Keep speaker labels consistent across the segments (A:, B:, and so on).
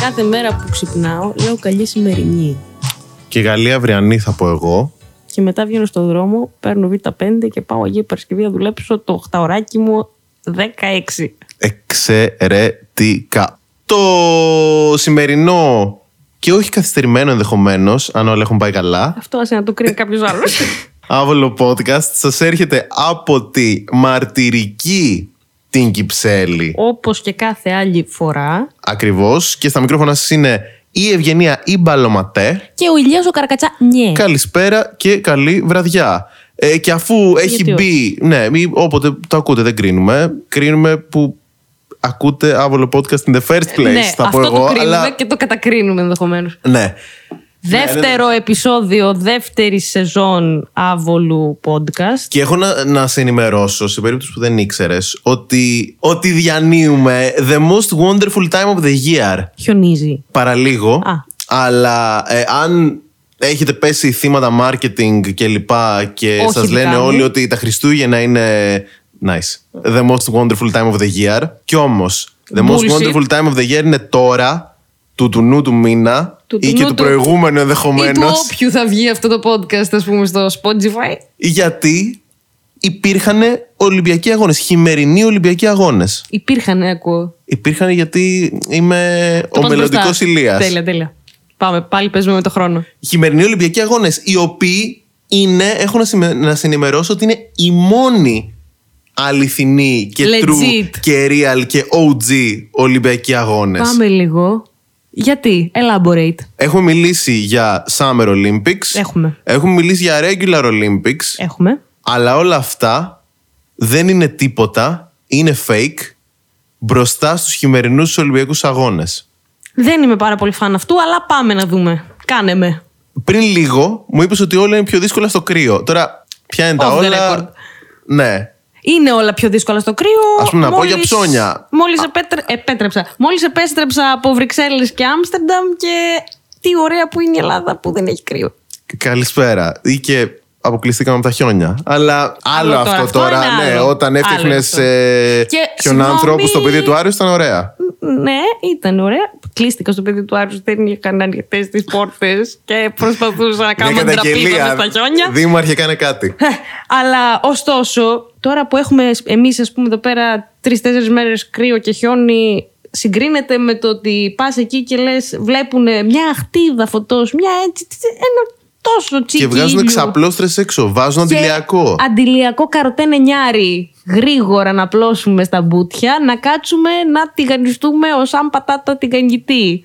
A: Κάθε μέρα που ξυπνάω, λέω καλή σημερινή.
B: Και Γαλλία αυριανή θα πω εγώ.
A: Και μετά βγαίνω στον δρόμο, παίρνω Β5 και πάω Αγία Παρασκευή να δουλέψω το 8 ωράκι μου 16.
B: Εξαιρετικά. Το σημερινό και όχι καθυστερημένο ενδεχομένως, αν όλα έχουν πάει καλά,
A: Αυτό άσε να το κρίνει κάποιος άλλος.
B: άβολο podcast σας έρχεται από τη μαρτυρική την Κυψέλη.
A: Όπως και κάθε άλλη φορά.
B: Ακριβώς. Και στα μικρόφωνα σας είναι η Ευγενία ή Μπαλωματέ.
A: Και ο Ηλίας ο Καρακατσά, ναι.
B: Καλησπέρα και καλή βραδιά. Ε, και αφού έχει
A: Γιατί
B: μπει. Ναι, μη- όποτε το ακούτε, δεν κρίνουμε. Κρίνουμε που ακούτε άβολο podcast in the first place.
A: ναι,
B: θα πω
A: αυτό
B: εγώ.
A: το κρίνουμε
B: αλλά...
A: και το κατακρίνουμε ενδεχομένως.
B: Ναι.
A: Δεύτερο επεισόδιο, δεύτερης σεζόν άβολου podcast.
B: Και έχω να, να σε ενημερώσω, σε περίπτωση που δεν ήξερες, ότι, ότι διανύουμε the most wonderful time of the year.
A: Χιονίζει.
B: παραλίγο.
A: Α.
B: Αλλά ε, αν έχετε πέσει θύματα marketing και λοιπά και
A: Όχι
B: σας λένε
A: δικά μου.
B: όλοι ότι τα Χριστούγεννα είναι nice. The most wonderful time of the year. Κι όμως, the most
A: Bullshit.
B: wonderful time of the year είναι τώρα, του του νου του μήνα
A: Του του
B: ή και
A: νου
B: του
A: του-
B: προηγούμενου
A: Ή του
B: ενδεχομένως.
A: όποιου θα βγει αυτό το podcast, ας πούμε, στο Spotify.
B: Γιατί υπήρχαν Ολυμπιακοί αγώνες, χειμερινοί Ολυμπιακοί αγώνες.
A: Υπήρχαν, ναι, ακούω.
B: Υπήρχαν γιατί είμαι
A: Το
B: ο
A: πας
B: μελλοντικό
A: μπροστά.
B: Ηλίας.
A: Τέλεια, τέλεια. Πάμε, πάλι παίζουμε με το χρόνο.
B: χειμερινοί Ολυμπιακοί Αγώνες, οι οποίοι είναι, έχω να, συμμε- να συνημερώσω ότι είναι οι μόνοι αληθινοί και
A: Legit.
B: true και real και OG Ολυμπιακοί Αγώνες.
A: Πάμε λίγο. Γιατί, elaborate.
B: Έχουμε μιλήσει για Summer Olympics.
A: Έχουμε.
B: Έχουμε μιλήσει για Regular Olympics.
A: Έχουμε.
B: Αλλά όλα αυτά δεν είναι τίποτα, είναι fake μπροστά στους χειμερινούς Ολυμπιακούς Αγώνες.
A: Δεν είμαι πάρα πολύ φαν αυτού, αλλά πάμε να δούμε. Κάνε με.
B: πριν λίγο μου είπες ότι όλα είναι πιο δύσκολα στο κρύο. Τώρα, ποια είναι τα
A: Off the
B: όλα.
A: record.
B: Ναι.
A: Είναι όλα πιο δύσκολα στο κρύο.
B: Ας πούμε να πω για ψώνια.
A: Μόλις επέτρε... ε, επέτρεψα. Μόλις επέστρεψα από Βρυξέλλες και Άμστερνταμ και τι ωραία που είναι η Ελλάδα που δεν έχει κρύο.
B: Καλησπέρα. Ή και αποκλειστήκαμε από τα χιόνια. Αλλά άλλο,
A: τώρα.
B: αυτό
A: Αυτό
B: τώρα.
A: είναι
B: ναι,
A: άλλο.
B: όταν έφτιαχνε
A: Άλλο αυτό.
B: ε,
A: Και
B: χιονάνθρωπου
A: συγγνώμη.
B: στο παιδί του Άριου ήταν ωραία.
A: Ναι, ήταν ωραία. Κλείστηκα στο παιδί του Άρου, δεν είχαν ανοιχτέ τι πόρτες και προσπαθούσα να κάνω τραπίδα στα χιόνια.
B: Δήμαρχε, κάνε κάτι.
A: Ε, Αλλά ωστόσο, τώρα που έχουμε εμείς, ας πούμε, εδώ πέρα τρει-τέσσερι μέρες κρύο και χιόνι, συγκρίνεται με το ότι πας εκεί και λες, βλέπουν μια χτίδα φωτός, μια έτσι. τσι- τσι- Ένα τόσο τσίκι.
B: και βγάζουν
A: ήλιου.
B: εξαπλώστρε έξω. Βάζουν
A: Και
B: αντιλιακό.
A: Αντιλιακό καροτένε νιάρι. Γρήγορα να πλώσουμε στα μπουτια, να κάτσουμε να τηγανιστούμε ως αν πατάτα τηγανιτή.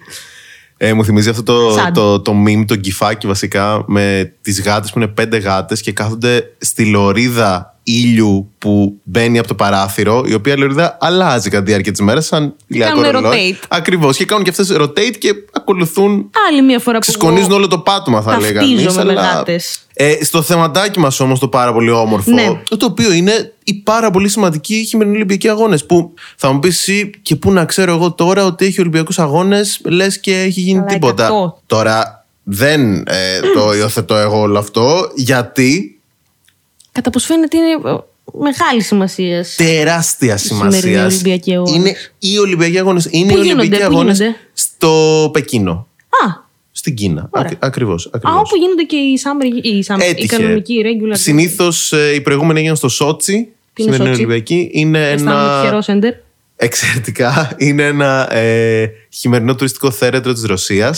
B: Ε, μου θυμίζει αυτό το,
A: Σαν.
B: το, το meme, το γκυφάκι βασικά, με τις γάτες που είναι πέντε γάτες και κάθονται στη λωρίδα ήλιου που μπαίνει από το παράθυρο, η οποία λωρίδα αλλάζει κατά τη διάρκεια της μέρας, σαν ηλιακό
A: κάνουν
B: ρολόι.
A: rotate.
B: Ακριβώς, και κάνουν και αυτές rotate και ακολουθούν.
A: Άλλη μια φορά που.
B: Ξεσκονίζουν όλο το πάτωμα, θα λέγαμε.
A: Ταυτίζομαι με γάτες.
B: Ε, στο θεματάκι μας όμως το πάρα πολύ όμορφο,
A: Ναι.
B: το οποίο είναι οι πάρα πολύ σημαντικοί χειμερινοί Ολυμπιακοί Αγώνες. Που θα μου πεις εσύ, και πού να ξέρω εγώ τώρα ότι έχει Ολυμπιακούς Αγώνες, λες και έχει γίνει
A: Καλά,
B: τίποτα.
A: εκατό.
B: Τώρα δεν ε, το υιοθετώ εγώ όλο αυτό, γιατί
A: Κατά πως φαίνεται είναι ε, μεγάλη σημασίας.
B: τεράστια σημασία.
A: σημερινοί Ολυμπιακοί Αγώνες.
B: Είναι οι Ολυμπιακοί Αγώνες. Είναι
A: Πού
B: οι Ολυμπιακοί
A: γίνονται, πού
B: Αγώνες
A: γίνονται?
B: στο Πεκίνο.
A: Α,
B: Στην Κίνα.
A: Ωραία.
B: Ακριβώς.
A: Α, όπου γίνονται και οι summer, οι, summer, οι κανονικοί, οι regular.
B: Συνήθως ε, η προηγούμενη έγινε στο Σότσι.
A: Τι είναι
B: σημερινή
A: Σότσι?
B: Ολυμπιακή. Είναι
A: Αισθάνομαι τυχερό
B: ένα.
A: σέντερ.
B: Εξαιρετικά. Είναι ένα ε, χειμερινό τουριστικό θέρετρο της Ρωσίας.
A: Α,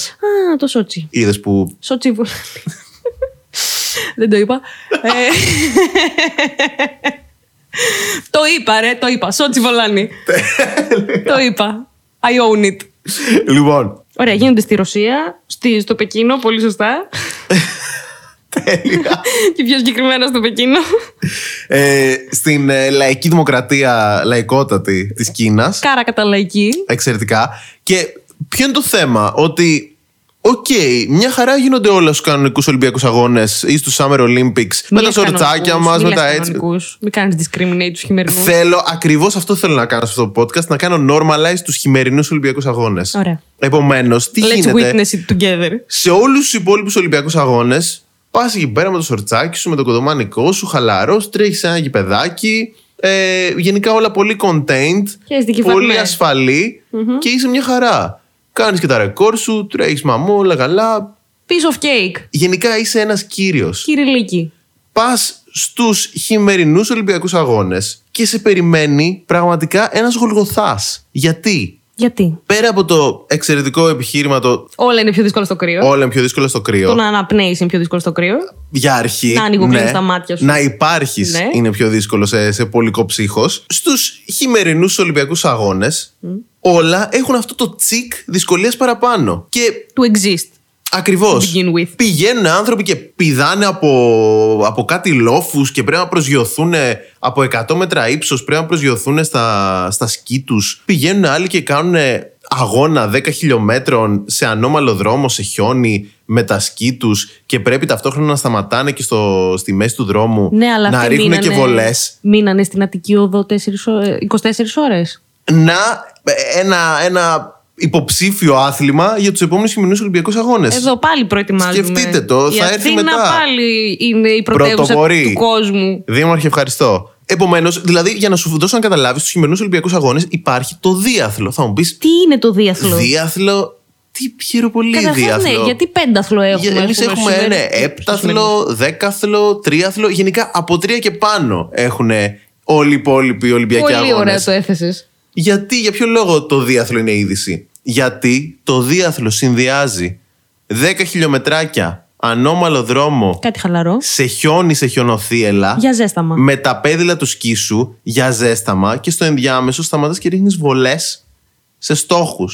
A: το Σότσι.
B: Είδες που.
A: Σότσι βου- Δεν το είπα. Ε, το είπα, ρε, το είπα. Σότσι Βολάνη. το είπα. I own it.
B: λοιπόν.
A: Ωραία, γίνονται στη Ρωσία, στη, στο Πεκίνο, πολύ σωστά.
B: Τέλεια.
A: και πιο συγκεκριμένα στο Πεκίνο.
B: ε, στην ε, λαϊκή δημοκρατία, λαϊκότατη της Κίνας.
A: Κάρα κατά λαϊκή.
B: Εξαιρετικά. Και ποιο είναι το θέμα, ότι Οκ, μια χαρά γίνονται όλα στους κανονικούς Ολυμπιακούς Αγώνες ή στους Summer Olympics. με τα σορτσάκια μας, με τα έτσι.
A: Μην κάνεις discriminate τους χειμερινούς.
B: Θέλω, ακριβώς αυτό θέλω να κάνω σε αυτό το podcast, να κάνω normalize τους χειμερινούς Ολυμπιακούς Αγώνες.
A: Ωραία.
B: Επομένως, τι
A: Let's
B: γίνεται.
A: witness it together.
B: Σε όλους τους υπόλοιπους Ολυμπιακούς Αγώνες, πας εκεί πέρα με το σορτσάκι σου, με το κοντομάνικό σου, χαλαρός, τρέχεις ένα γηπεδάκι. Ε, γενικά όλα πολύ contained,
A: Και στην
B: πολύ
A: Κεφαλαίου.
B: ασφαλή και είσαι μια χαρά. Κάνεις και τα ρεκόρ σου, τρέχεις μαμόλα, καλά.
A: Piece of cake.
B: Γενικά είσαι ένας κύριος.
A: Κυριλίκη.
B: Πας στους χειμερινούς Ολυμπιακούς Αγώνες και σε περιμένει πραγματικά ένας γολγοθάς. Γιατί
A: Γιατί.
B: πέρα από το εξαιρετικό επιχείρημα το
A: Όλα είναι πιο δύσκολα στο κρύο.
B: όλα είναι πιο δύσκολα στο κρύο.
A: Το να αναπνέεις είναι πιο δύσκολο στο κρύο.
B: Για αρχή. ναι,
A: Να ανοιγοκλίνεις τα μάτια σου.
B: Να υπάρχεις
A: Ναι.
B: είναι πιο δύσκολο σε, σε πολικό ψύχος. Στους χειμερινούς Ολυμπιακούς Αγώνες, όλα έχουν αυτό το τσικ δυσκολίες παραπάνω. Και
A: To exist.
B: ακριβώς.
A: Begin with.
B: Πηγαίνουν άνθρωποι και πηδάνε από, από κάτι λόφους και πρέπει να προσγειωθούν ε, από 100 μέτρα ύψος. Πρέπει να προσγειωθούν στα, στα σκί τους. Πηγαίνουν άλλοι και κάνουν αγώνα 10 χιλιόμετρων σε ανώμαλο δρόμο, σε χιόνι, με τα σκί τους και πρέπει ταυτόχρονα να σταματάνε και στο, στη μέση του δρόμου
A: Ναι, αλλά
B: να
A: αυτοί
B: ρίχνουν
A: μείνανε,
B: και βολές.
A: Μείνανε στην Αττική Οδό ε, 4 ώρες- 24 ώρες.
B: Να ε, ένα, ένα υποψήφιο άθλημα για τους επόμενους χειμηνού Ολυμπιακούς Αγώνες.
A: Εδώ πάλι προετοιμάζουμε.
B: Σκεφτείτε το,
A: Η
B: θα έρθει
A: Αθήνα
B: μετά.
A: πάλι είναι η πρωτεύουσα
B: Πρωτοπορεί.
A: του κόσμου.
B: Δήμαρχε, ευχαριστώ. Επομένως, δηλαδή, για να σου δώσω να καταλάβεις, στους χειμερινούς Ολυμπιακούς Αγώνες υπάρχει το διάθλο. Θα μου πεις.
A: Τι είναι το διάθλο.
B: Διάθλο. Τι χειροπολί
A: Καταρχάς,
B: διάθλο.
A: ναι, γιατί πένταθλο έχουμε.
B: Εμείς
A: ας πούμε,
B: έχουμε
A: σήμερα.
B: ναι, έπταθλο, δέκαθλο, τρίαθλο. Γενικά από τρία και πάνω έχουν όλοι οι υπόλοιποι Ολυμπιακοί
A: Πολύ
B: Αγώνε.
A: ωραία το έθεσες.
B: Γιατί, για ποιο λόγο το διάθλο είναι είδηση. Γιατί το διάθλο συνδυάζει 10 χιλιομετράκια ανώμαλο δρόμο
A: Κάτι χαλαρό.
B: σε χιόνι, σε χιονοθύελα.
A: Για ζέσταμα.
B: Με τα πέδιλα του σκι σου για ζέσταμα και στο ενδιάμεσο σταματάς και ρίχνεις βολές σε στόχους.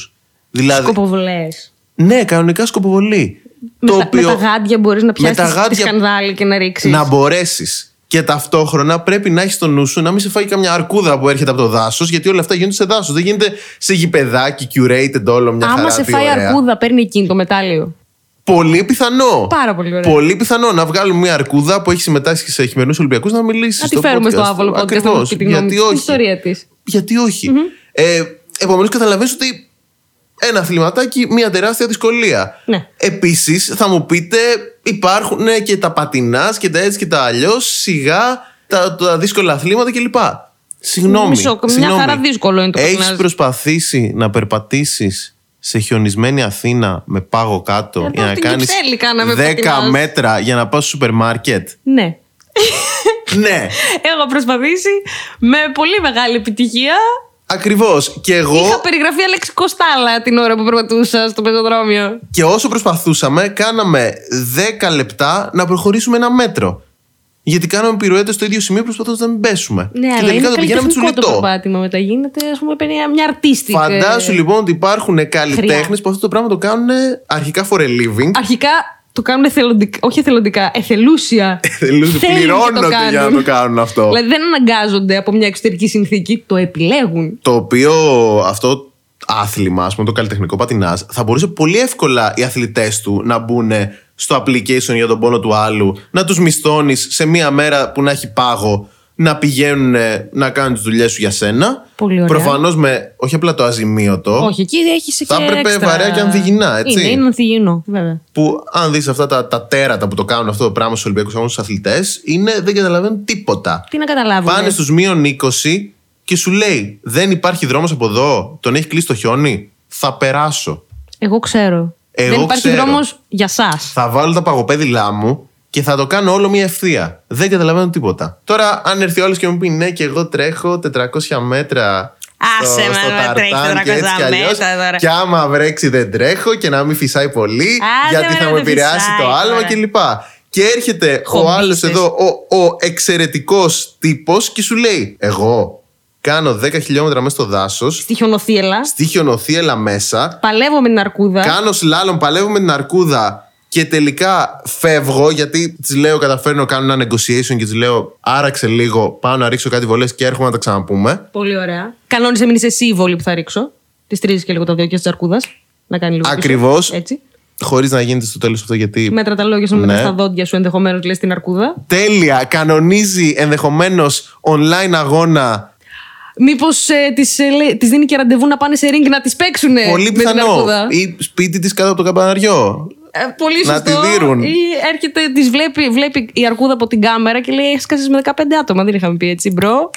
B: Δηλαδή.
A: Σκοποβολές.
B: Ναι, κανονικά σκοποβολή.
A: Με, τα- με τα γάντια μπορείς να πιάσει
B: τα γάντια-
A: τη σκανδάλη και να ρίξεις.
B: να μπορέσεις. Και ταυτόχρονα πρέπει να έχεις στο νου σου να μην σε φάει καμιά αρκούδα που έρχεται από το δάσος, γιατί όλα αυτά γίνονται σε δάσος. Δεν γίνεται σε γηπεδάκι, curated όλο μια χαρά.
A: Άμα σε
B: τι
A: φάει
B: ωραία.
A: αρκούδα, παίρνει εκείνη το μετάλλιο.
B: Πολύ πιθανό.
A: Πάρα πολύ ωραία.
B: Πολύ πιθανό να βγάλουμε μια αρκούδα που έχει συμμετάσχει σε χειμερινούς Ολυμπιακούς να μιλήσεις.
A: Να τη φέρουμε στο άβολο podcast να
B: Ακριβώς.
A: μας πει τη γνώμη
B: Γιατί
A: της, την
B: όχι.
A: ιστορία της.
B: Γιατί όχι. Ε, Επομένως, καταλαβαίνεις ότι ένα αθληματάκι, μια τεράστια δυσκολία.
A: Ναι.
B: Επίσης, θα μου πείτε, υπάρχουν ναι, και τα πατινάς και τα έτσι και τα αλλιώς, σιγά τα, τα δύσκολα αθλήματα κλπ. Συγγνώμη.
A: Μισό, μια
B: συγγνώμη.
A: χαρά δύσκολο είναι το
B: Έχεις
A: πατινάζ.
B: προσπαθήσει να περπατήσεις σε χιονισμένη Αθήνα με πάγο κάτω
A: Ε,
B: για να
A: από την
B: κάνεις
A: Κυψέλη κάναμε
B: 10
A: πατινάζ.
B: μέτρα για να πα στο σούπερ μάρκετ.
A: Ναι.
B: ναι,
A: Έχω προσπαθήσει με πολύ μεγάλη επιτυχία.
B: ακριβώς. Και εγώ.
A: Είχα περιγραφεί Αλέξη Κοστάλα την ώρα που περπατούσα στο πεζοδρόμιο.
B: Και όσο προσπαθούσαμε, κάναμε 10 λεπτά να προχωρήσουμε ένα μέτρο. Γιατί κάναμε πυρουέτες στο ίδιο σημείο προσπαθώντας να μην πέσουμε.
A: Ναι,
B: και
A: αλλά είναι
B: το πηγαίναμε
A: καλλιτεχνικό το
B: τσουλιτό.
A: περπάτημα μετά. Γίνεται, ας πούμε, μια, μια ε, αρτίστικη.
B: Φαντάσου λοιπόν ότι υπάρχουν καλλιτέχνες που αυτό το πράγμα το κάνουν αρχικά for a living.
A: Αρχικά το κάνουν εθελοντικά, όχι εθελοντικά, εθελούσια.
B: Θέλουν-
A: Θέλουν και το
B: Πληρώνονται για να
A: κάνουν.
B: το κάνουν αυτό.
A: δηλαδή δεν αναγκάζονται από μια εξωτερική συνθήκη, το επιλέγουν.
B: Το οποίο αυτό άθλημα, ας πούμε, το καλλιτεχνικό πατινάζ, θα μπορούσε πολύ εύκολα οι αθλητές του να μπουν στο application για τον πόνο του άλλου, να τους μισθώνεις σε μία μέρα που να έχει πάγο, να πηγαίνουν ε, να κάνουν τις δουλειές σου για σένα.
A: Πολύ ωραία.
B: Προφανώς με όχι απλά το αζημίωτο,
A: Όχι, εκεί έχεις και.
B: Θα έπρεπε
A: έξτρα-
B: βαρέα και ανθυγινά, έτσι.
A: Είναι, είναι ανθυγινό, βέβαια.
B: που αν δεις αυτά τα, τα τέρατα που το κάνουν αυτό το πράγμα στους Ολυμπιακούς Αγώνες στους αθλητές, δεν καταλαβαίνουν τίποτα.
A: Τι να καταλάβουν.
B: Πάνε στους μείον 20 και σου λέει: Δεν υπάρχει δρόμος από εδώ, τον έχει κλείσει το χιόνι. Θα περάσω.
A: Εγώ ξέρω.
B: Εγώ
A: δεν υπάρχει
B: ξέρω.
A: δρόμος για εσά.
B: Θα βάλω τα παγοπέδιλά μου και θα το κάνω όλο μια ευθεία. Δεν καταλαβαίνω τίποτα. Τώρα, αν έρθει όλο και μου πει ναι, και εγώ τρέχω 400 μέτρα.
A: Άσε με, να τρέχεις 400
B: κι αλλιώς,
A: μέτρα τώρα.
B: Και άμα βρέξει, δεν τρέχω και να μην φυσάει πολύ,
A: Άντε
B: γιατί
A: με,
B: θα
A: να
B: μου
A: το
B: επηρεάσει
A: φυσάει
B: το άλμα
A: τώρα.
B: κλπ. Και έρχεται ο
A: Χομπίστες.
B: άλλος εδώ, ο, ο εξαιρετικός τύπος και σου λέει: Εγώ κάνω 10 χιλιόμετρα μέσα στο δάσος,
A: Στη χιονοθύελα.
B: στη χιονοθύελα μέσα,
A: Παλεύω με την αρκούδα.
B: Κάνω σλάλom, παλεύω με την αρκούδα και τελικά φεύγω γιατί της λέω, καταφέρνω, κάνω ένα negotiation και της λέω, άραξε λίγο, πάω να ρίξω κάτι βολές και έρχομαι να τα ξαναπούμε.
A: Πολύ ωραία. Κανόνισε μείνει εσύ η βόλη που θα ρίξω. Τη τρίζει και λίγο τα δυο τη αρκούδα. Να κάνει λίγο. πίσω.
B: Ακριβώς.
A: Έτσι.
B: Χωρίς να γίνεται στο τέλος αυτό γιατί.
A: Μέτρα τα λόγια σου μετά
B: Ναι.
A: στα δόντια σου ενδεχομένως λες την αρκούδα.
B: Τέλεια! Κανονίζει ενδεχομένως online αγώνα.
A: Μήπως ε, της δίνει και ραντεβού να πάνε σε ring να τη παίξουν
B: πολύ
A: Ε, με την
B: πιθανό.
A: αρκούδα.
B: Ή σπίτι της κάτω από το καμπαναριό.
A: Ε, πολύ
B: να
A: σωστό.
B: τη δίνουν.
A: Ή έρχεται, τη βλέπει, βλέπει η αρκούδα από την κάμερα και λέει: Έχεις κάσει με 15 άτομα. Δεν είχαμε πει έτσι, μπρο.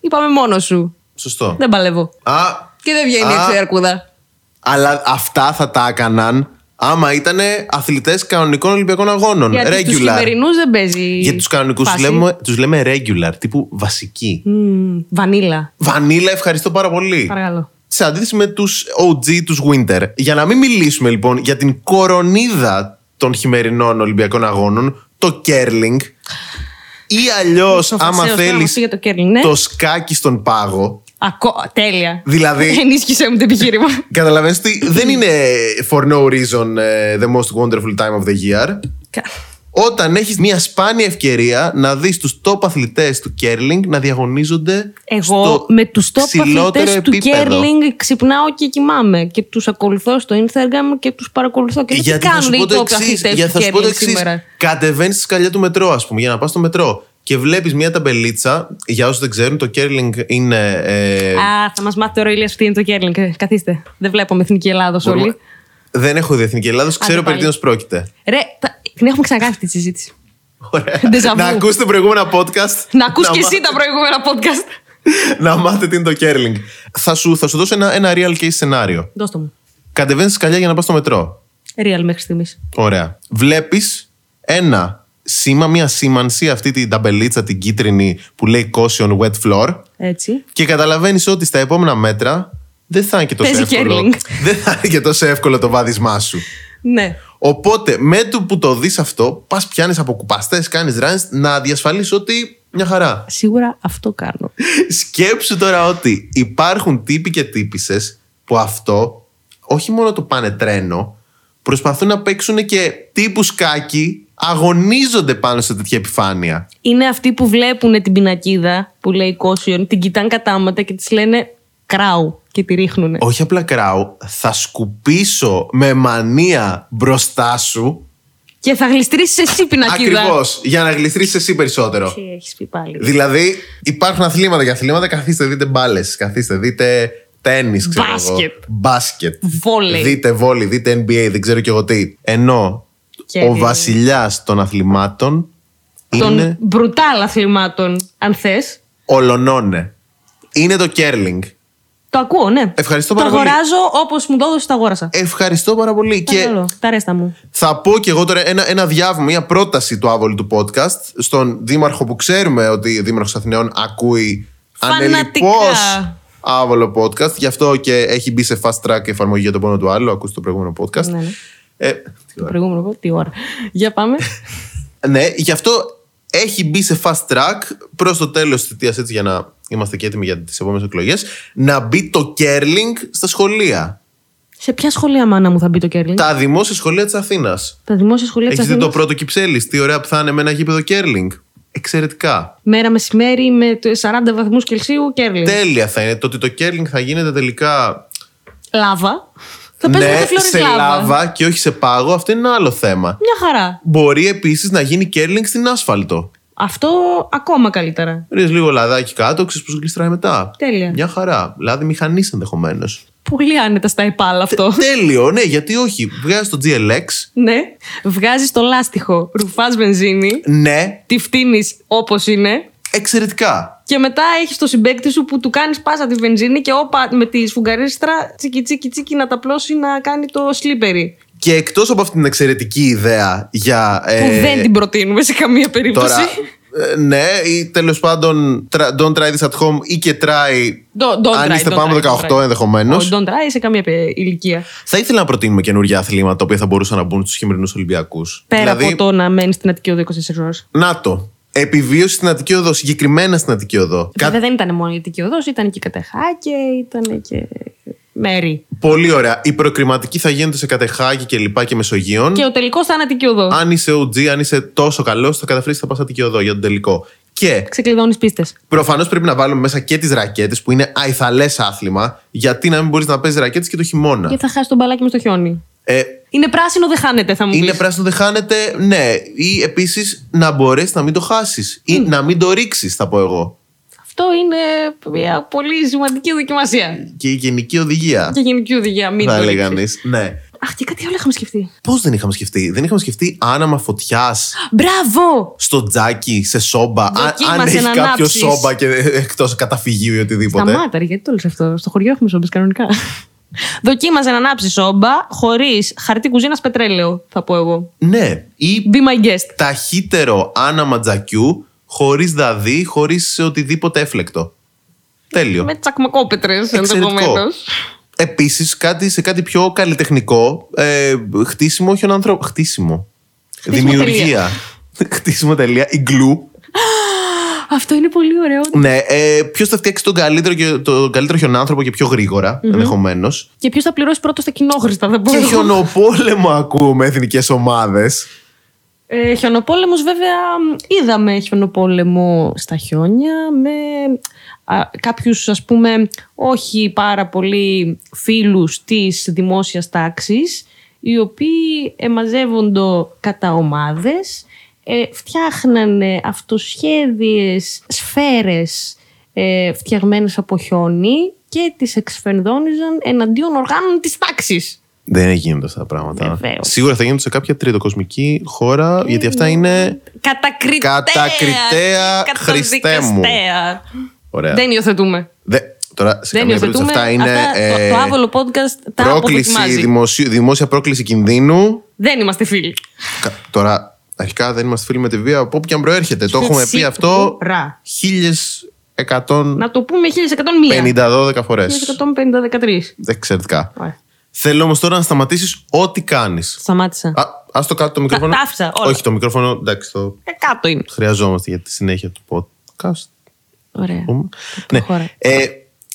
A: Είπαμε μόνος σου.
B: Σωστό.
A: Δεν παλεύω.
B: Α,
A: Και δεν βγαίνει
B: Α.
A: έξω η αρκούδα.
B: Αλλά αυτά θα τα έκαναν άμα ήταν αθλητές κανονικών Ολυμπιακών Αγώνων.
A: Γιατί
B: regular.
A: στους χειμερινούς δεν παίζει
B: Για τους κανονικούς του
A: φάση.
B: λέμε, τους λέμε regular, τύπου βασική.
A: Μμμ, Βανίλα.
B: Βανίλα, ευχαριστώ πάρα πολύ.
A: Παρακαλώ.
B: Σε αντίθεση με τους OG, τους Winter. Για να μην μιλήσουμε λοιπόν για την κορονίδα των χειμερινών Ολυμπιακών Αγώνων, το curling. Ή αλλιώς, άμα
A: Φασέως, τώρα
B: θέλει,
A: μας πει για το curling, ναι.
B: το σκάκι στον πάγο.
A: Ακό... Τέλεια.
B: Δηλαδή-
A: Ενίσχυσε μου το επιχείρημα.
B: Καταλαβαίνεις ότι δεν είναι for no reason ε, the most wonderful time of the year.
A: Κα-
B: Όταν έχεις μια σπάνια ευκαιρία να δεις τους top αθλητές του curling να διαγωνίζονται
A: Εγώ
B: στο
A: με τους top
B: ψηλότερο
A: αθλητές του
B: επίπεδο.
A: curling ξυπνάω και κοιμάμαι. Και τους ακολουθώ στο Instagram και τους παρακολουθώ. Και λέω, τι
B: Γιατί θα σου
A: κάνουν οι
B: πω το
A: top
B: εξής.
A: αθλητές
B: Γιατί
A: του
B: θα σου πω το
A: curling
B: εξής.
A: σήμερα.
B: Κατεβαίνεις στη σκαλιά του μετρό, ας πούμε, για να πας στο μετρό και βλέπεις μια ταμπελίτσα. Για όσους δεν ξέρουν, το curling είναι. ε,
A: Α, θα μας μάθει τώρα η Ηλίας τι είναι το curling. Ε, Καθίστε. Δεν βλέπουμε Εθνική Ελλάδος
B: μπορούμε-
A: όλοι.
B: Δεν έχω δει εθνική Ελλάδος, ξέρω περί
A: πάλι.
B: τίνος πρόκειται.
A: Ρε, τα- την έχουμε ξανακάνει αυτή τη συζήτηση.
B: Ωραία.
A: Ντεζαβού.
B: Να ακούσετε προηγούμενα podcast.
A: Να ακούς και εσύ
B: μάθετε-
A: τα προηγούμενα podcast.
B: να μάθετε τι είναι το curling. Θα σου, θα σου δώσω ένα, ένα real case σενάριο.
A: Δώσ' το μου.
B: Κατεβαίνεις στη σκαλιά για να πας στο μετρό.
A: Real μέχρι στιγμής.
B: Ωραία. Βλέπεις ένα σήμα, μια σήμανση, αυτή την ταμπελίτσα, την κίτρινη που λέει caution wet floor.
A: Έτσι.
B: Και καταλαβαίνεις ότι στα επόμενα μέτρα δεν θα είναι και τόσο
A: Παίζει
B: εύκολο.
A: curling.
B: Δεν θα είναι και τόσο εύκολο το βάδισμά σου.
A: Ναι.
B: Οπότε, με το που το δεις αυτό, πας πιάνεις από κουπαστές, κάνεις runs, να διασφαλίσεις ότι μια χαρά.
A: Σίγουρα αυτό κάνω.
B: Σκέψου τώρα ότι υπάρχουν τύποι και τύπησες που αυτό όχι μόνο το πάνε τρένο, προσπαθούν να παίξουν και τύπους σκάκι, αγωνίζονται πάνω σε τέτοια επιφάνεια.
A: Είναι αυτοί που βλέπουν την πινακίδα που λέει Κόσιον, την κοιτάνε κατάματα και της λένε κράου και τη ρίχνουν.
B: Όχι απλά κράου, θα σκουπίσω με μανία μπροστά σου.
A: Και θα γλιστρήσει εσύ πινακίδα.
B: Ακριβώς. Για να γλιστρήσει εσύ περισσότερο.
A: Τι έχεις πει πάλι.
B: Δηλαδή, υπάρχουν αθλήματα για αθλήματα. Καθίστε, δείτε μπάλες. Καθίστε, δείτε τέννη, ξέρω εγώ.
A: Μπάσκετ.
B: Μπάσκετ.
A: Βόλεϊ.
B: Δείτε βόλι, δείτε NBA, δεν ξέρω και εγώ τι. Ενώ
A: Και-
B: ο βασιλιάς των αθλημάτων
A: Των
B: είναι
A: μπρουτάλ αθλημάτων, αν θες.
B: ολονώνε. Είναι το curling.
A: Το ακούω, ναι.
B: Ευχαριστώ
A: Το
B: πάρα πολύ.
A: αγοράζω όπως μου το έδωσε, το αγόρασα.
B: Ευχαριστώ πάρα πολύ. Και
A: Παρακαλώ, τα ρέστα μου.
B: Θα πω και εγώ τώρα ένα, ένα διάβημα, μια πρόταση του άβολου του podcast στον δήμαρχο που ξέρουμε ότι ο δήμαρχος Αθηναίων ακούει
A: Φανατικά.
B: ανελιπώς άβολο podcast. Γι' αυτό και έχει μπει σε fast track εφαρμογή για τον πόνο του άλλου. Ακούστε το προηγούμενο podcast.
A: Ναι, ναι.
B: Ε,
A: Το προηγούμενο, εγώ, τι ώρα. Για πάμε.
B: ναι, γι' αυτό έχει μπει σε fast track προς το τέλος της θητείας έτσι για να είμαστε και έτοιμοι για τις επόμενες εκλογές να μπει το curling στα σχολεία.
A: Σε ποια σχολεία, μάνα μου, θα μπει το κέρλινγκ.
B: Τα δημόσια σχολεία της Αθήνας.
A: Τα δημόσια σχολεία τη
B: Έχει δει το πρώτο κυψέλης. Τι ωραία που θα είναι με ένα γήπεδο curling. Εξαιρετικά.
A: Μέρα μεσημέρι με το 40 βαθμούς Κελσίου κέρλινγκ.
B: Τέλεια θα είναι. Το ότι το curling θα γίνεται τελικά.
A: Λάβα. Θα παίζουμε
B: ναι,
A: με φλόρες
B: σε λάβα και όχι σε πάγο, αυτό είναι ένα άλλο θέμα.
A: Μια χαρά.
B: Μπορεί επίσης να γίνει curling στην άσφαλτο.
A: Αυτό ακόμα καλύτερα.
B: Ρίς λίγο λαδάκι κάτω, ξέρεις πώς γλιστράει μετά.
A: Τέλεια.
B: Μια χαρά. Λάδι μηχανής ενδεχομένως.
A: Πολύ άνετα στα επάλα αυτό.
B: Τέλειο, ναι, γιατί όχι. Βγάζει το GLX.
A: ναι. Βγάζει το λάστιχο, ρουφάς βενζίνη,
B: Ναι,
A: τη φτύνεις όπως είναι.
B: εξαιρετικά.
A: Και μετά έχεις το συμπέκτη σου που του κάνεις πάσα τη βενζίνη και όπα με τη σφουγγαρίστρα τσίκι τσίκι τσίκι να τα πλώσει να κάνει το slippery.
B: Και εκτός από αυτή την εξαιρετική ιδέα για.
A: Που
B: ε,
A: δεν την προτείνουμε σε καμία περίπτωση.
B: Τώρα, ε, ναι, ή τέλος πάντων tra- don't try this at home ή και try.
A: Don't- don't
B: αν
A: try,
B: είστε
A: don't
B: πάνω
A: try,
B: από
A: don't
B: 18
A: try.
B: ενδεχομένω.
A: Ο Don't Try σε καμία πε- ηλικία.
B: Θα ήθελα να προτείνουμε καινούργια αθλήματα τα οποία θα μπορούσαν να μπουν στους χειμερινούς Ολυμπιακούς.
A: Πέρα
B: Δηλαδή-
A: από το να μένεις στην Αττική Οδό 24 ώρε.
B: ΝΑΤΟ. Επιβίωση στην Αττική Οδό, συγκεκριμένα στην Αττική Οδό. Κάτι
A: Βέβαια δεν ήταν μόνο η Αττική Οδός, ήταν και η Κατεχάκη, ήταν και. Μέρη.
B: πολύ ωραία. Οι προκριματικοί θα γίνονται σε Κατεχάκη και λοιπά και Μεσογείων.
A: Και ο τελικός θα είναι Αττική Οδό.
B: Αν είσαι OG, αν είσαι τόσο καλός, θα καταφέρει να πα Αττική Οδό για τον τελικό. Και
A: Ξεκλειδώνεις πίστες.
B: προφανώς πρέπει να βάλουμε μέσα και τις ρακέτες που είναι αϊθαλές άθλημα. Γιατί να μην μπορείς να παίζεις ρακέτες και το χειμώνα.
A: Και θα χάσει τον μπαλάκι μου στο χιόνι.
B: Ε,
A: Είναι πράσινο, δεν χάνεται, θα μου πει.
B: είναι πράσινο, δεν χάνεται, ναι. Ή επίσης να μπορέσεις να μην το χάσεις. Ή να μην το ρίξεις, θα πω εγώ.
A: Αυτό είναι μια πολύ σημαντική δοκιμασία.
B: και η γενική οδηγία.
A: Και γενική οδηγία, μην
B: θα
A: το
B: έλεγα
A: ρίξεις.
B: κανείς. Ναι.
A: Αχ, και κάτι άλλο είχαμε σκεφτεί.
B: Πώς δεν είχαμε σκεφτεί. Δεν είχαμε σκεφτεί άναμα φωτιάς
A: Μπράβο!
B: στο τζάκι, σε σόμπα. Αν, αν
A: Δοκίμασε
B: έχει
A: να
B: κάποιο
A: ανάψεις.
B: σόμπα και εκτός καταφυγίου ή οτιδήποτε.
A: Σταμάτα, ρε, γιατί το λες αυτό. Στο χωριό έχουμε σόμπες κανονικά. Δοκίμαζε να ανάψεις σόμπα χωρίς χαρτί κουζίνας πετρέλαιο, θα πω εγώ.
B: Ναι, ή
A: Be my guest.
B: ταχύτερο άναμα τζακιού, χωρίς δαδί, χωρί οτιδήποτε έφλεκτο. Τέλειο.
A: Με τσακμακόπετρε
B: Εξαιρετικό.
A: ενδεχομένως.
B: Επίσης, κάτι, σε κάτι πιο καλλιτεχνικό, ε, χτίσιμο όχι άνθρωπο. Χτίσιμο.
A: Χτίσιμο
B: Δημιουργία. χτίσιμο τελεία. Ιγκλού.
A: Αυτό είναι πολύ ωραίο.
B: Ναι, ε, ποιος θα φτιάξει τον καλύτερο, και, τον καλύτερο χιονάνθρωπο και πιο γρηγορα ενδεχομένως.
A: Και ποιος θα πληρώσει πρώτο τα κοινόχρηστα, θα πω.
B: Και
A: εγώ.
B: χιονοπόλεμο ακούμε εθνικές ομάδες.
A: Ε, χιονοπόλεμος βέβαια μ, είδαμε χιονοπόλεμο στα χιόνια με α, κάποιους ας πούμε όχι πάρα πολύ φίλους της δημόσιας τάξης οι οποίοι εμαζεύοντο κατά ομάδες ε, φτιάχνανε αυτοσχέδιες σφαίρες ε, φτιαγμένες από χιόνι και τις εξφενδόνιζαν εναντίον οργάνων της τάξης.
B: Δεν γίνονται αυτά τα πράγματα.
A: Βεβαίως.
B: Σίγουρα θα γίνονται σε κάποια τριτοκοσμική χώρα, γιατί αυτά είναι.
A: Κατακριτέα!
B: Κατακριτέα,
A: και
B: Χριστέ μου.
A: καταδικαστέα.
B: Ωραία.
A: Δεν υιοθετούμε.
B: Δε- Τώρα, σε
A: Δεν
B: Ε, καμία περίπτωση,
A: υιοθετούμε.
B: αυτά είναι. ε,
A: το, το άβολο podcast τα
B: πρόκληση,
A: αποδοκιμάζει.
B: δημοσίου- δημόσια πρόκληση κινδύνου.
A: Δεν είμαστε φίλοι.
B: Κα- Τώρα, αρχικά δεν είμαστε φίλοι με τη βία από όπου και αν προέρχεται. Το έχουμε πει
A: Σίγουρα.
B: αυτό 1152
A: Να το πούμε 1101.
B: φορέ.
A: 1150-13.
B: Εξαιρετικά.
A: Ωραία.
B: Θέλω όμως τώρα να σταματήσεις ό,τι κάνεις.
A: Σταμάτησα.
B: Α ας το κάτω το μικρόφωνο.
A: τα άφησα όλα.
B: Όχι, το μικρόφωνο εντάξει, το
A: Ε, κάτω είναι.
B: χρειαζόμαστε για τη συνέχεια του podcast.
A: Ωραία.
B: πούμε.
A: προχώρα.
B: Ε,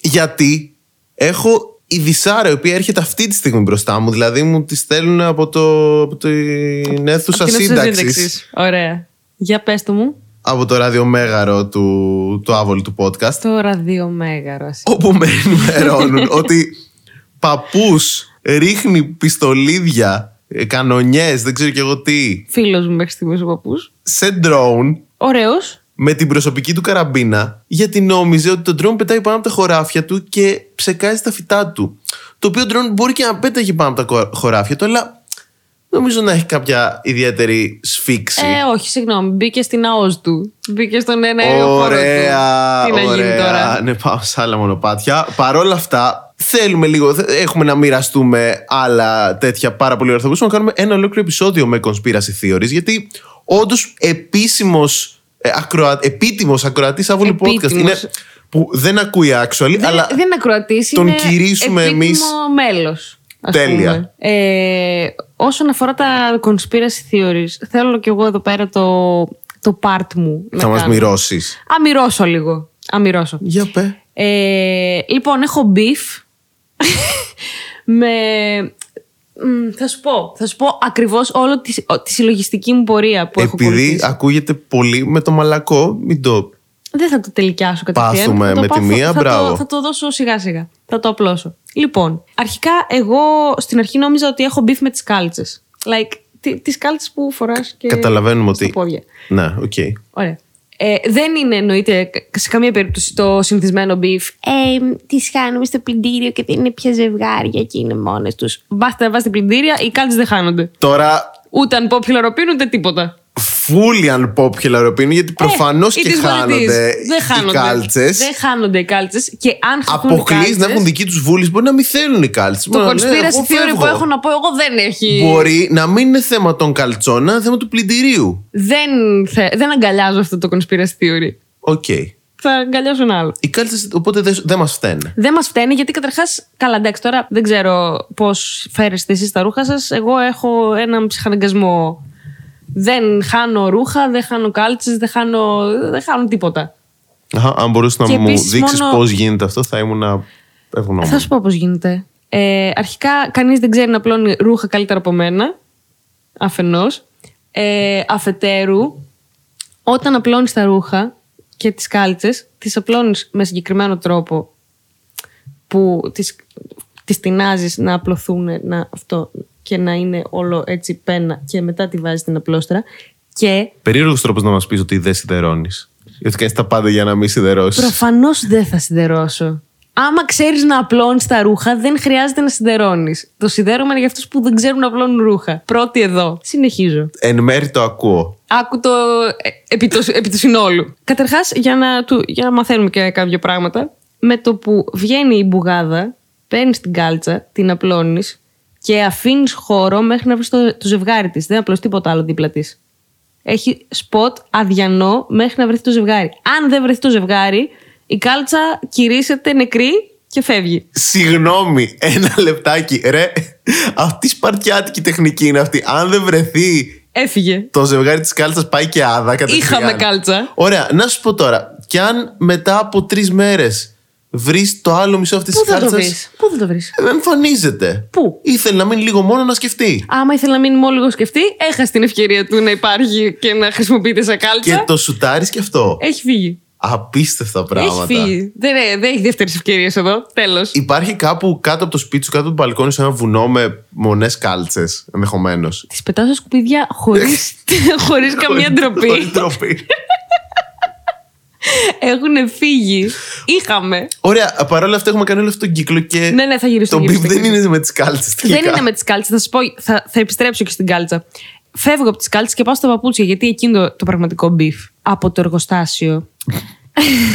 B: γιατί έχω η δυσάρα η οποία έρχεται αυτή τη στιγμή μπροστά μου. Δηλαδή μου τη στέλνουν από, το, από την αίθουσα
A: Αυτή είναι τη
B: σύνταξης.
A: σύνταξης. Ωραία. Για πες το μου.
B: Από το ραδιομέγαρο του, του άβολου του podcast.
A: Το ραδιομέγαρο. ας.
B: όπου με ενημερώνουν ότι παππούς ρίχνει πιστολίδια, ε, κανονιές, δεν ξέρω κι εγώ τι,
A: Φίλος μου μέχρι στιγμής ο παππούς.
B: σε drone
A: Ωραίος.
B: με την προσωπική του καραμπίνα, γιατί νόμιζε ότι το drone πετάει πάνω από τα χωράφια του και ψεκάζει τα φυτά του. Το οποίο drone μπορεί και να πέταγε πάνω από τα κο- χωράφια του, αλλά νομίζω να έχει κάποια ιδιαίτερη σφίξη.
A: Ε, όχι, συγγνώμη. Μπήκε στην ΑΟΣ του. Μπήκε στον ένα αεροπόρο Ε, του.
B: Ωραία,
A: Τι να γίνει
B: ωραία.
A: τώρα.
B: Ναι, πάω σε άλλα μονοπάτια. Παρ' όλα αυτά, θέλουμε λίγο, θε- έχουμε να μοιραστούμε άλλα τέτοια πάρα πολύ ωραία. Θα μπορούσαμε να κάνουμε ένα ολόκληρο επεισόδιο με conspiracy theories, γιατί όντως επίσημος ε, ακροα... επίτιμος ακροατής άβολη podcast.
A: Επίτιμος.
B: Είναι που δεν ακούει actually,
A: Δεν,
B: αλλά
A: δεν είναι ακροατής,
B: τον
A: είναι
B: κηρύσσουμε
A: επίτιμο
B: εμείς.
A: μέλος. ας
B: Τέλεια.
A: πούμε. Ε, όσον αφορά τα conspiracy theories, θέλω κι εγώ εδώ πέρα το, το part μου.
B: θα μας
A: μοιρώσω.
B: μοιρώσεις.
A: Αμυρώσω λίγο. Αμυρώσω.
B: Για πέ.
A: Ε, λοιπόν, έχω beef με... μ, Θα σου πω, θα σου πω ακριβώς όλο τη, ο- τη συλλογιστική μου πορεία που έχω
B: Επειδή
A: ακολουθήσει.
B: ακούγεται πολύ με το μαλακό, μην το
A: Δεν θα το τελικιάσω κατευθείαν.
B: Πάθουμε
A: θα το
B: με τη
A: πάθω-
B: μία,
A: θα
B: μπράβο.
A: Το, θα το δώσω σιγά σιγά. Θα το απλώσω. Λοιπόν, αρχικά εγώ στην αρχή νόμιζα ότι έχω μπιφ με τις κάλτσες. Like, τι- τις κάλτσες που φοράς και
B: καταλαβαίνουμε
A: στα
B: ότι...
A: πόδια.
B: Ναι, οκ.
A: Ωραία. Ε, δεν είναι εννοείται σε καμία περίπτωση το συνηθισμένο μπιφ. Ε, τις χάνουμε στο πλυντήριο και δεν είναι πια ζευγάρια και είναι μόνες τους. Μπάστε να βάζετε πλυντήρια, οι κάλτσες δεν χάνονται.
B: Τώρα
A: Ούτε αν popular ούτε τίποτα.
B: fully unpopular opinion, γιατί προφανώ
A: Ε,
B: και
A: it is what it is.
B: χάνονται
A: δεν
B: οι
A: χάνονται.
B: κάλτσες.
A: Δεν χάνονται οι κάλτσες. Και αν χαθούν οι
B: Αποκλείς να Ναι,
A: κάλτσες,
B: έχουν δική του βούληση, μπορεί να μην θέλουν οι κάλτσες.
A: Το conspiracy theory που έχω να πω εγώ δεν έχει.
B: Μπορεί να μην είναι θέμα των καλτσών, να είναι θέμα του πλυντηρίου.
A: Δεν, θε- δεν αγκαλιάζω αυτό το conspiracy theory.
B: Οκ.
A: Θα αγκαλιάσω ένα άλλο.
B: Οι κάλτσες οπότε δεν δεν μας φταίνε.
A: Δεν μας φταίνει γιατί καταρχάς. Καλά, εντάξει, τώρα δεν ξέρω πώς φέρεστε εσείς τα ρούχα σας. Εγώ έχω έναν ψυχαναγκασμό. Δεν χάνω ρούχα, δεν χάνω κάλτσες, δεν χάνω, δεν χάνω τίποτα.
B: Αχα, αν μπορούσες να
A: Και
B: μου
A: επίσης
B: δείξεις
A: μόνο-
B: πώς γίνεται αυτό, θα ήμουν ευγνώμων.
A: Θα σου πω πώς γίνεται. Ε, αρχικά, κανείς δεν ξέρει να πλώνει ρούχα καλύτερα από μένα. Αφενός. Ε, αφετέρου, όταν απλώνεις τα ρούχα και τις κάλτσες τις απλώνεις με συγκεκριμένο τρόπο που τις, τις τεινάζεις να απλωθούν να, αυτό, και να είναι όλο έτσι πένα και μετά τη βάζεις την απλώστρα και
B: Περίεργος τρόπος να μας πεις ότι δεν σιδερώνεις. Γιατί κάνεις τα πάντα για να μην σιδερώσεις.
A: Προφανώς δεν θα σιδερώσω. Άμα ξέρεις να απλώνεις τα ρούχα, δεν χρειάζεται να σιδερώνεις. Το σιδέρωμα είναι για αυτούς που δεν ξέρουν να απλώνουν ρούχα. Πρώτη εδώ. Συνεχίζω.
B: Εν μέρη το ακούω.
A: Άκου το ε, επί, το, επί του συνόλου. Καταρχάς, για, να του- για να μαθαίνουμε και κάποια πράγματα, με το που βγαίνει η μπουγάδα Παίρνεις την κάλτσα, την απλώνεις και αφήνεις χώρο μέχρι να βρεις το, το ζευγάρι της. Δεν απλώς τίποτα άλλο δίπλα της. Έχει σποτ αδιανό μέχρι να βρεθεί το ζευγάρι. Αν δεν βρεθεί το ζευγάρι, η κάλτσα κηρύσσεται νεκρή και φεύγει.
B: Συγγνώμη, ένα λεπτάκι. Ρε, αυτή η σπαρτιάτικη τεχνική είναι αυτή. Αν δεν βρεθεί
A: Έφυγε.
B: το ζευγάρι της κάλτσας, πάει και άδα κατευθείαν.
A: Είχαμε κάλτσα.
B: Ωραία, να σου πω τώρα. Κι αν μετά από τρεις μέρες βρεις το άλλο μισό αυτής
A: Πού
B: της
A: θα το
B: κάλτσα.
A: βρεις. Πού θα το βρεις.
B: ε, Εμφανίζεται.
A: Πού?
B: Ήθελε να μείνει λίγο μόνο να σκεφτεί.
A: Άμα ήθελε να μείνει μόνο λίγο σκεφτεί, έχασε την ευκαιρία του να υπάρχει και να χρησιμοποιείται σαν κάλτσα.
B: Και το σουτάρεις και αυτό.
A: Έχει φύγει.
B: Απίστευτα πράγματα.
A: Έχει φύγει. Δεν, ε, δεν έχει δεύτερες ευκαιρίες εδώ. Τέλος.
B: Υπάρχει κάπου κάτω από το σπίτι σου, κάτω από το μπαλκόνι σου, ένα βουνό με μονές κάλτσες ενδεχομένως.
A: Τη πετάω στα σκουπίδια χωρίς χωρίς καμία
B: Χωρίς
A: ντροπή.
B: ντροπή.
A: Έχουν φύγει. Είχαμε.
B: Ωραία, παρόλα αυτά έχουμε κάνει όλο αυτόν τον κύκλο και.
A: Ναι, ναι, θα γυρίσω,
B: Ε, Το
A: θα γυρίσω,
B: μπιπ
A: θα
B: δεν
A: γυρίσω.
B: είναι με τις κάλτσες.
A: Δεν είναι με τις κάλτσες. Θα σας πω, θα, θα επιστρέψω και στην κάλτσα. Φεύγω από τις κάλτσες και πάω στα παπούτσια γιατί εκείνο το, το πραγματικό μπιφ. Από το εργοστάσιο.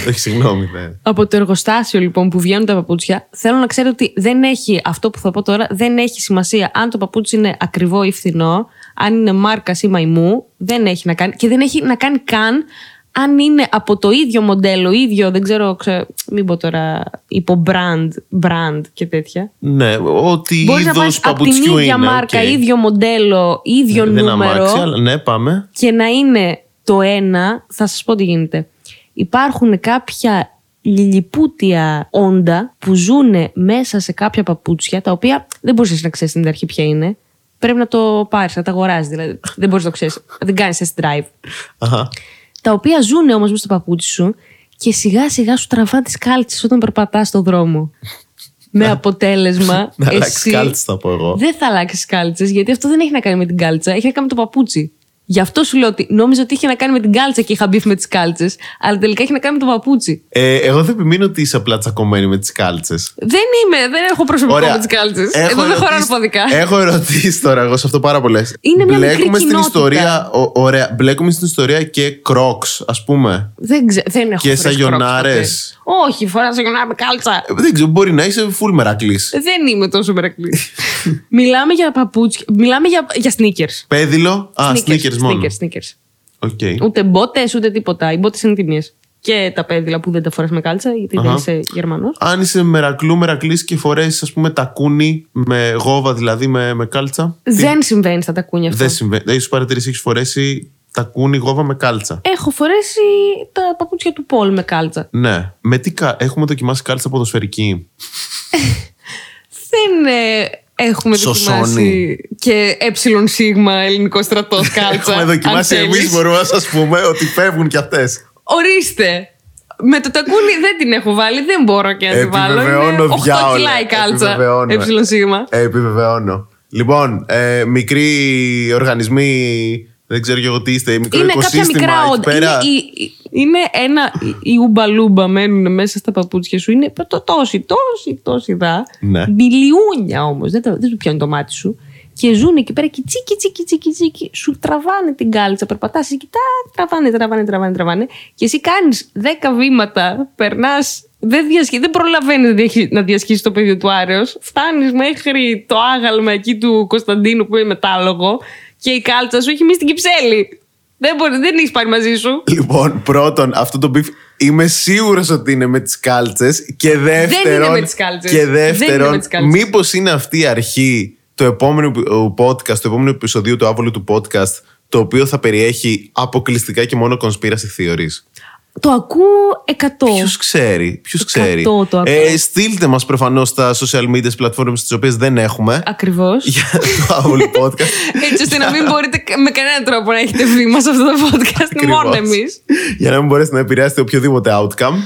B: Όχι, συγγνώμη, ναι. δε.
A: Από το εργοστάσιο λοιπόν που βγαίνουν τα παπούτσια, θέλω να ξέρω ότι δεν έχει αυτό που θα πω τώρα, δεν έχει σημασία αν το παπούτσι είναι ακριβό ή φθηνό, αν είναι μάρκας ή μαϊμού, δεν έχει να κάνει. Και δεν έχει να κάνει καν αν είναι από το ίδιο μοντέλο, ίδιο, δεν ξέρω, ξε, μην πω τώρα, υπό brand, brand και τέτοια.
B: Ναι, ό,τι
A: Μπορείς να
B: είδος
A: πας από την
B: παπουτσιού
A: ίδια
B: είναι.
A: μάρκα,
B: οκ. Ε,
A: ίδιο μοντέλο, ίδιο
B: Δεν είναι
A: νούμερο
B: αμάξι, αλλά ναι, πάμε.
A: και να είναι το ένα, θα σας πω τι γίνεται. Υπάρχουν κάποια λιλιπούτια όντα που ζουν μέσα σε κάποια παπούτσια, τα οποία δεν μπορείς να ξέρεις στην αρχή ποια είναι. Πρέπει να το πάρεις, να τα αγοράσεις δηλαδή. δεν μπορείς να το ξέρεις, δεν κάνεις test drive.
B: Αχα.
A: Τα οποία ζουν όμως μέσα στο παπούτσι σου και σιγά σιγά σου τραβά τις κάλτσες όταν περπατάς στον δρόμο. Με αποτέλεσμα
B: Να αλλάξεις
A: εσύ
B: κάλτσες, θα πω εγώ.
A: δεν θα αλλάξεις κάλτσες, γιατί αυτό δεν έχει να κάνει με την κάλτσα, έχει να κάνει με το παπούτσι. Γι' αυτό σου λέω ότι νόμιζα ότι είχε να κάνει με την κάλτσα και είχα μπιφ με τις κάλτσες, αλλά τελικά έχει να κάνει με το παπούτσι.
B: Ε, εγώ δεν επιμείνω ότι είσαι απλά τσακωμένη με τις κάλτσες.
A: Δεν είμαι, δεν έχω προσωπικό με τις κάλτσες. Εδώ δεν χωράνε ποδικά.
B: Έχω ερωτήσεις τώρα εγώ σε αυτό πάρα πολλές.
A: Είναι μια μικρή
B: μπλέκουμε στην
A: κοινότητα.
B: ιστορία, ω- ωραία, μπλέκουμε στην ιστορία και κρόξ, ας πούμε.
A: Δεν, ξε... δεν έχω
B: Και
A: φορέσει
B: σαγιονάρες.
A: κρόκς ποτέ. Όχι, φοράς σαγιονάρα με κάλτσα.
B: Ε, Δεν ξέρω, μπορεί να είσαι full μερακλής.
A: Δεν είμαι τόσο μερακλής. Μιλάμε για παπούτσια. Μιλάμε για, για sneakers.
B: Πέδιλο. Α,
A: Sneakers,
B: sneakers μόνο.
A: sneakers, sneakers.
B: Οκ.
A: Ούτε μπότες, ούτε τίποτα. Οι μπότες είναι τιμίες. Και τα πέδιλα που δεν τα φοράς με κάλτσα, γιατί δεν
B: Αχα.
A: είσαι Γερμανός.
B: Αν είσαι μερακλού, μερακλής και φορέσεις, ας πούμε, τακούνι με γόβα, δηλαδή με, με κάλτσα. τι-
A: Δεν συμβαίνει στα τακούνια αυτά.
B: Δεν συμβαίνει. Δεν σου παρατηρήσεις, έχεις φορέσει τακούνι γόβα με κάλτσα.
A: Έχω φορέσει τα παπούτσια του Πολ με κάλτσα.
B: Ναι. Με τι κα... Έχουμε δοκιμάσει κάλτσα ποδοσφαιρική.
A: Δεν ε, έχουμε
B: Σωσόνι.
A: δοκιμάσει και ε σίγμα ελληνικό στρατός κάλτσα.
B: Έχουμε
A: αν
B: δοκιμάσει
A: θέλεις.
B: εμεί, μπορούμε να σας πούμε ότι φεύγουν κι αυτές.
A: Ορίστε. Με το τακούνι δεν την έχω βάλει, δεν μπορώ και να τη βάλω. Είναι 8
B: Επιβεβαιώνω διάολο.
A: κιλά η κάλτσα.
B: Επιβεβαιώνω. Ε,
A: Έψιλον σίγμα.
B: Επιβεβαιώνω. Λοιπόν, ε, μικροί οργανισμοί, δεν ξέρω και εγώ τι είστε, μικρό
A: Είναι κάποια
B: οικοσύστημα
A: μικρά
B: εκεί
A: όντα.
B: πέρα.
A: Είναι, η- η- είναι ένα. Οι ουμπαλούμπα μένουν μέσα στα παπούτσια σου. Είναι το τόσοι, τόσοι, τόσοι δά.
B: Ναι.
A: Μπιλιούνια όμως. Δεν, τα- δεν του πιάνει το μάτι σου. Και ζουν εκεί πέρα και τσίκι, τσίκι, τσίκι, τσίκι. Σου τραβάνε την κάλτσα. Περπατάς και κοιτά, τραβάνε, τραβάνε, τραβάνε, τραβάνε. Και εσύ κάνεις 10 βήματα, περνάς. Δεν, διασχί, δεν προλαβαίνεις να, διασχί- να διασχίσεις το πεδίο του Άρεος. Φτάνεις μέχρι το άγαλμα εκεί του Κωνσταντίνου που είναι μετάλογο και η κάλτσα σου έχει μείνει στην κυψέλη. Δεν, μπορεί, δεν έχεις πάρει μαζί σου.
B: Λοιπόν, πρώτον, αυτό το beef είμαι σίγουρος ότι είναι με τις κάλτσες. Και δεύτερον.
A: με τις κάλτσες.
B: Και
A: Δεν είναι με
B: δεύτερον,
A: τις κάλτσες.
B: μήπως είναι αυτή η αρχή του επόμενου πι- ο podcast, του επόμενου επεισοδίου του άβολου του podcast, το οποίο θα περιέχει αποκλειστικά και μόνο conspiracy theories.
A: Το ακούω 100.
B: Ποιος ξέρει, ποιος ξέρει.
A: κατώ το ακούω.
B: ε, στείλτε μας προφανώς στα social media πλατφόρμες τις οποίες δεν έχουμε.
A: Ακριβώς.
B: για το άβολο podcast.
A: Έτσι ώστε να μην μπορείτε κα- με κανέναν τρόπο να έχετε βήμα σε αυτό το podcast.
B: Ακριβώς.
A: Μόνο εμείς.
B: Για να μην μπορέσετε να επηρεάσετε οποιοδήποτε outcome.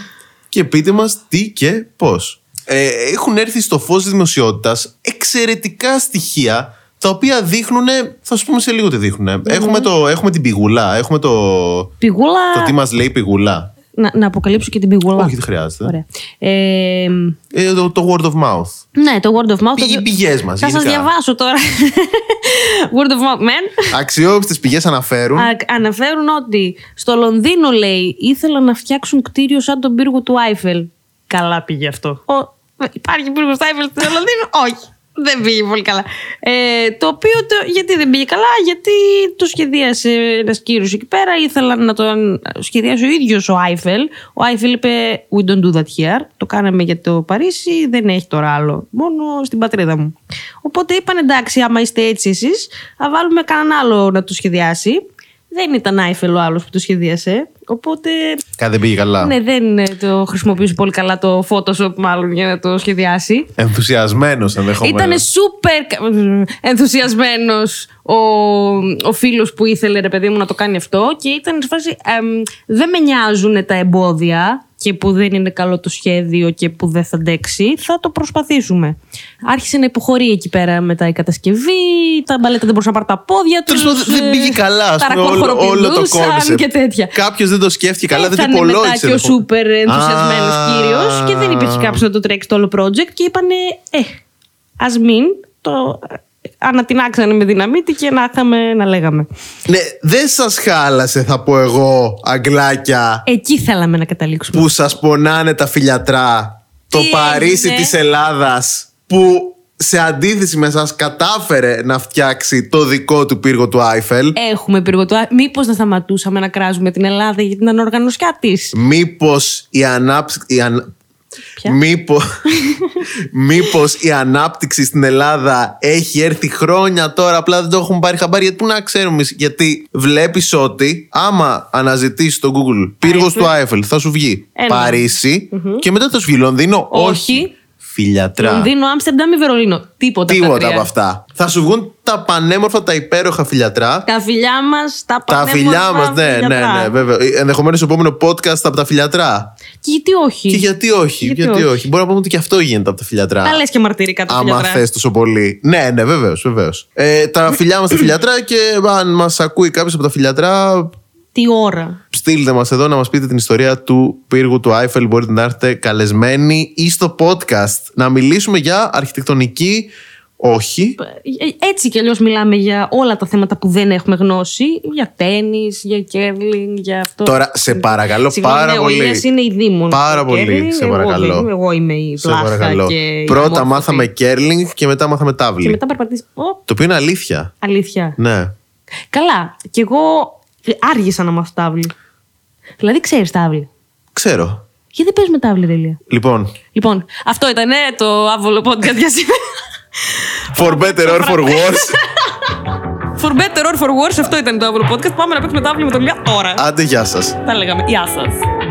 B: Και πείτε μας τι και πώς. Ε, έχουν έρθει στο φως της δημοσιότητας εξαιρετικά στοιχεία τα οποία δείχνουν. Θα σου πούμε σε λίγο τι δειχνουν
A: Ναι.
B: Έχουμε, το, έχουμε την πηγουλά. Έχουμε το.
A: Πιγούλα.
B: Το τι μας λέει η πηγουλά.
A: Να, να αποκαλύψω και την πιγούλα.
B: Όχι, δεν χρειάζεται.
A: Ωραία. Ε,
B: Ε, το, το word of mouth.
A: ναι, το word of mouth.
B: Οι πηγές μας.
A: Θα σας διαβάσω τώρα. word of mouth, man.
B: Αξιόπιστες πηγές αναφέρουν.
A: Α, αναφέρουν ότι στο Λονδίνο, λέει, ήθελαν να φτιάξουν κτίριο σαν τον πύργο του Άιφελ. Καλά πήγε αυτό. Ο, Υπάρχει πύργος Άιφελ στο Λονδίνο. Όχι. Δεν πήγε πολύ καλά. Ε, το οποίο το- γιατί δεν πήγε καλά, γιατί το σχεδίασε ένας κύριος εκεί πέρα. Ήθελαν να το σχεδιάσει ο ίδιος ο Άιφελ. Ο Άιφελ είπε: We don't do that here. Το κάναμε για το Παρίσι, δεν έχει τώρα άλλο. Μόνο στην πατρίδα μου. Οπότε είπαν: Εντάξει, άμα είστε έτσι εσείς, θα βάλουμε κανέναν άλλο να το σχεδιάσει. Δεν ήταν Άιφελ ο άλλος που το σχεδίασε. Οπότε
B: Κάτι δεν πήγε καλά.
A: ναι, δεν ε, το χρησιμοποιούσε πολύ καλά το Photoshop, μάλλον για να το σχεδιάσει.
B: Ενθουσιασμένος ενδεχομένω.
A: Ήταν σούπερ ενθουσιασμένος ο, ο φίλος που ήθελε, ρε παιδί μου, να το κάνει αυτό. Και ήταν σε φάση. εμ, δεν με νοιάζουν τα εμπόδια και που δεν είναι καλό το σχέδιο και που δεν θα αντέξει. Θα το προσπαθήσουμε. Άρχισε να υποχωρεί εκεί πέρα μετά η κατασκευή. Τα μπαλέτα δεν μπορούσαν να πάρουν τα πόδια τους.
B: Τέλος πάντων, δεν πήγε καλά. ας πούμε, όλο, όλο το κόμισε.
A: ε, και τέτοια.
B: Κάποιος δεν το σκέφτηκε καλά, δεν το
A: Έφτανε μετά
B: υπολόγισε.
A: και ο σούπερ ενθουσιασμένος
B: Α.
A: κύριος και δεν υπήρχε κάποιος να το τρέξει το όλο project και είπανε, Ε, ας μην το ανατινάξανε με δυναμίτη και να είχαμε να λέγαμε.
B: Ναι, δεν σας χάλασε, θα πω εγώ, αγγλάκια,
A: Εκεί θέλαμε να καταλήξουμε.
B: που σας πονάνε τα φιλιατρά. Το
A: Τι
B: Παρίσι
A: έγινε?
B: της Ελλάδας που σε αντίθεση με σας κατάφερε να φτιάξει το δικό του πύργο του Άιφελ.
A: Έχουμε πυργοτό. Μήπως να σταματούσαμε να κράζουμε την Ελλάδα για την ανοργανωσιά της.
B: Μήπως η ανάπτυξη. Η ανα...
A: Ποια?
B: Μήπως... μήπως η ανάπτυξη στην Ελλάδα έχει έρθει χρόνια τώρα, απλά δεν το έχουμε πάρει χαμπάρι. Γιατί πού να ξέρουμε, εμείς, γιατί βλέπεις ότι άμα αναζητήσεις στο Google πύργος του Άιφελ θα σου βγει
A: Ένα.
B: Παρίσι και μετά θα σου βγει Λονδίνο.
A: Όχι.
B: Φιλιατρά.
A: Λονδίνο, Άμστερνταμ ή Βερολίνο. Τίποτα, από τα
B: Τίποτα
A: τρία.
B: από αυτά. Θα σου βγουν τα πανέμορφα, τα υπέροχα φιλιατρά.
A: Τα φιλιά μας, τα
B: Τα
A: πανέμορφα
B: φιλιά μας, ναι, ναι,
A: φιλιατρά.
B: ναι, βέβαια. Ενδεχομένω επόμενο podcast από τα φιλιατρά.
A: Και γιατί όχι.
B: Και γιατί όχι, γιατί,
A: Γιατί
B: όχι.
A: όχι.
B: Μπορούμε να πούμε ότι και αυτό γίνεται από τα φιλιατρά.
A: Τα λες και μαρτυρικά τα
B: Άμα
A: φιλιατρά. Ναι.
B: θες τόσο πολύ. Ναι, ναι, βεβαίως, βεβαίως. Ε, τα φιλιά μας τα φιλιατρά και αν μας ακούει κάποιος από τα φιλιατρά,
A: Τι ώρα.
B: στείλτε μας εδώ να μας πείτε την ιστορία του πύργου του Άιφελ. Μπορείτε να έρθετε καλεσμένοι ή στο podcast να μιλήσουμε για αρχιτεκτονική. Όχι.
A: Ε, Έτσι κι αλλιώς μιλάμε για όλα τα θέματα που δεν έχουμε γνώση. Για τέννη, για κέρλινγκ, για αυτό.
B: Τώρα, σε παρακαλώ
A: Συγγνώμη,
B: πάρα
A: ναι, Ο
B: πολύ.
A: Ηλίας είναι η δήμονα.
B: Πάρα
A: του
B: πολύ,
A: curling.
B: σε
A: Εγώ δεν
B: παρακαλώ.
A: είμαι, Εγώ είμαι η
B: Σε
A: πλάστα
B: παρακαλώ.
A: και η
B: Πρώτα
A: ομόρφωση.
B: μάθαμε κέρλινγκ και μετά μάθαμε τάβλη.
A: Και μετά περπατήσεις. Ω,
B: Το οποίο είναι αλήθεια.
A: αλήθεια.
B: Ναι.
A: Καλά. Κι εγώ άργησα να μάθω τάβλη. Δηλαδή, ξέρεις τάβλη.
B: Ξέρω.
A: Γιατί δεν παίζουμε τάβλη, Ρελία.
B: Λοιπόν,
A: Λοιπόν, αυτό ήταν το άβολο podcast για σήμερα.
B: For better or for worse.
A: For better or for worse, αυτό ήταν το άβολο podcast. Πάμε να παίξουμε τάβλη με τον Λία τώρα.
B: Άντε, γεια σας.
A: Τα λέγαμε. Γεια σας.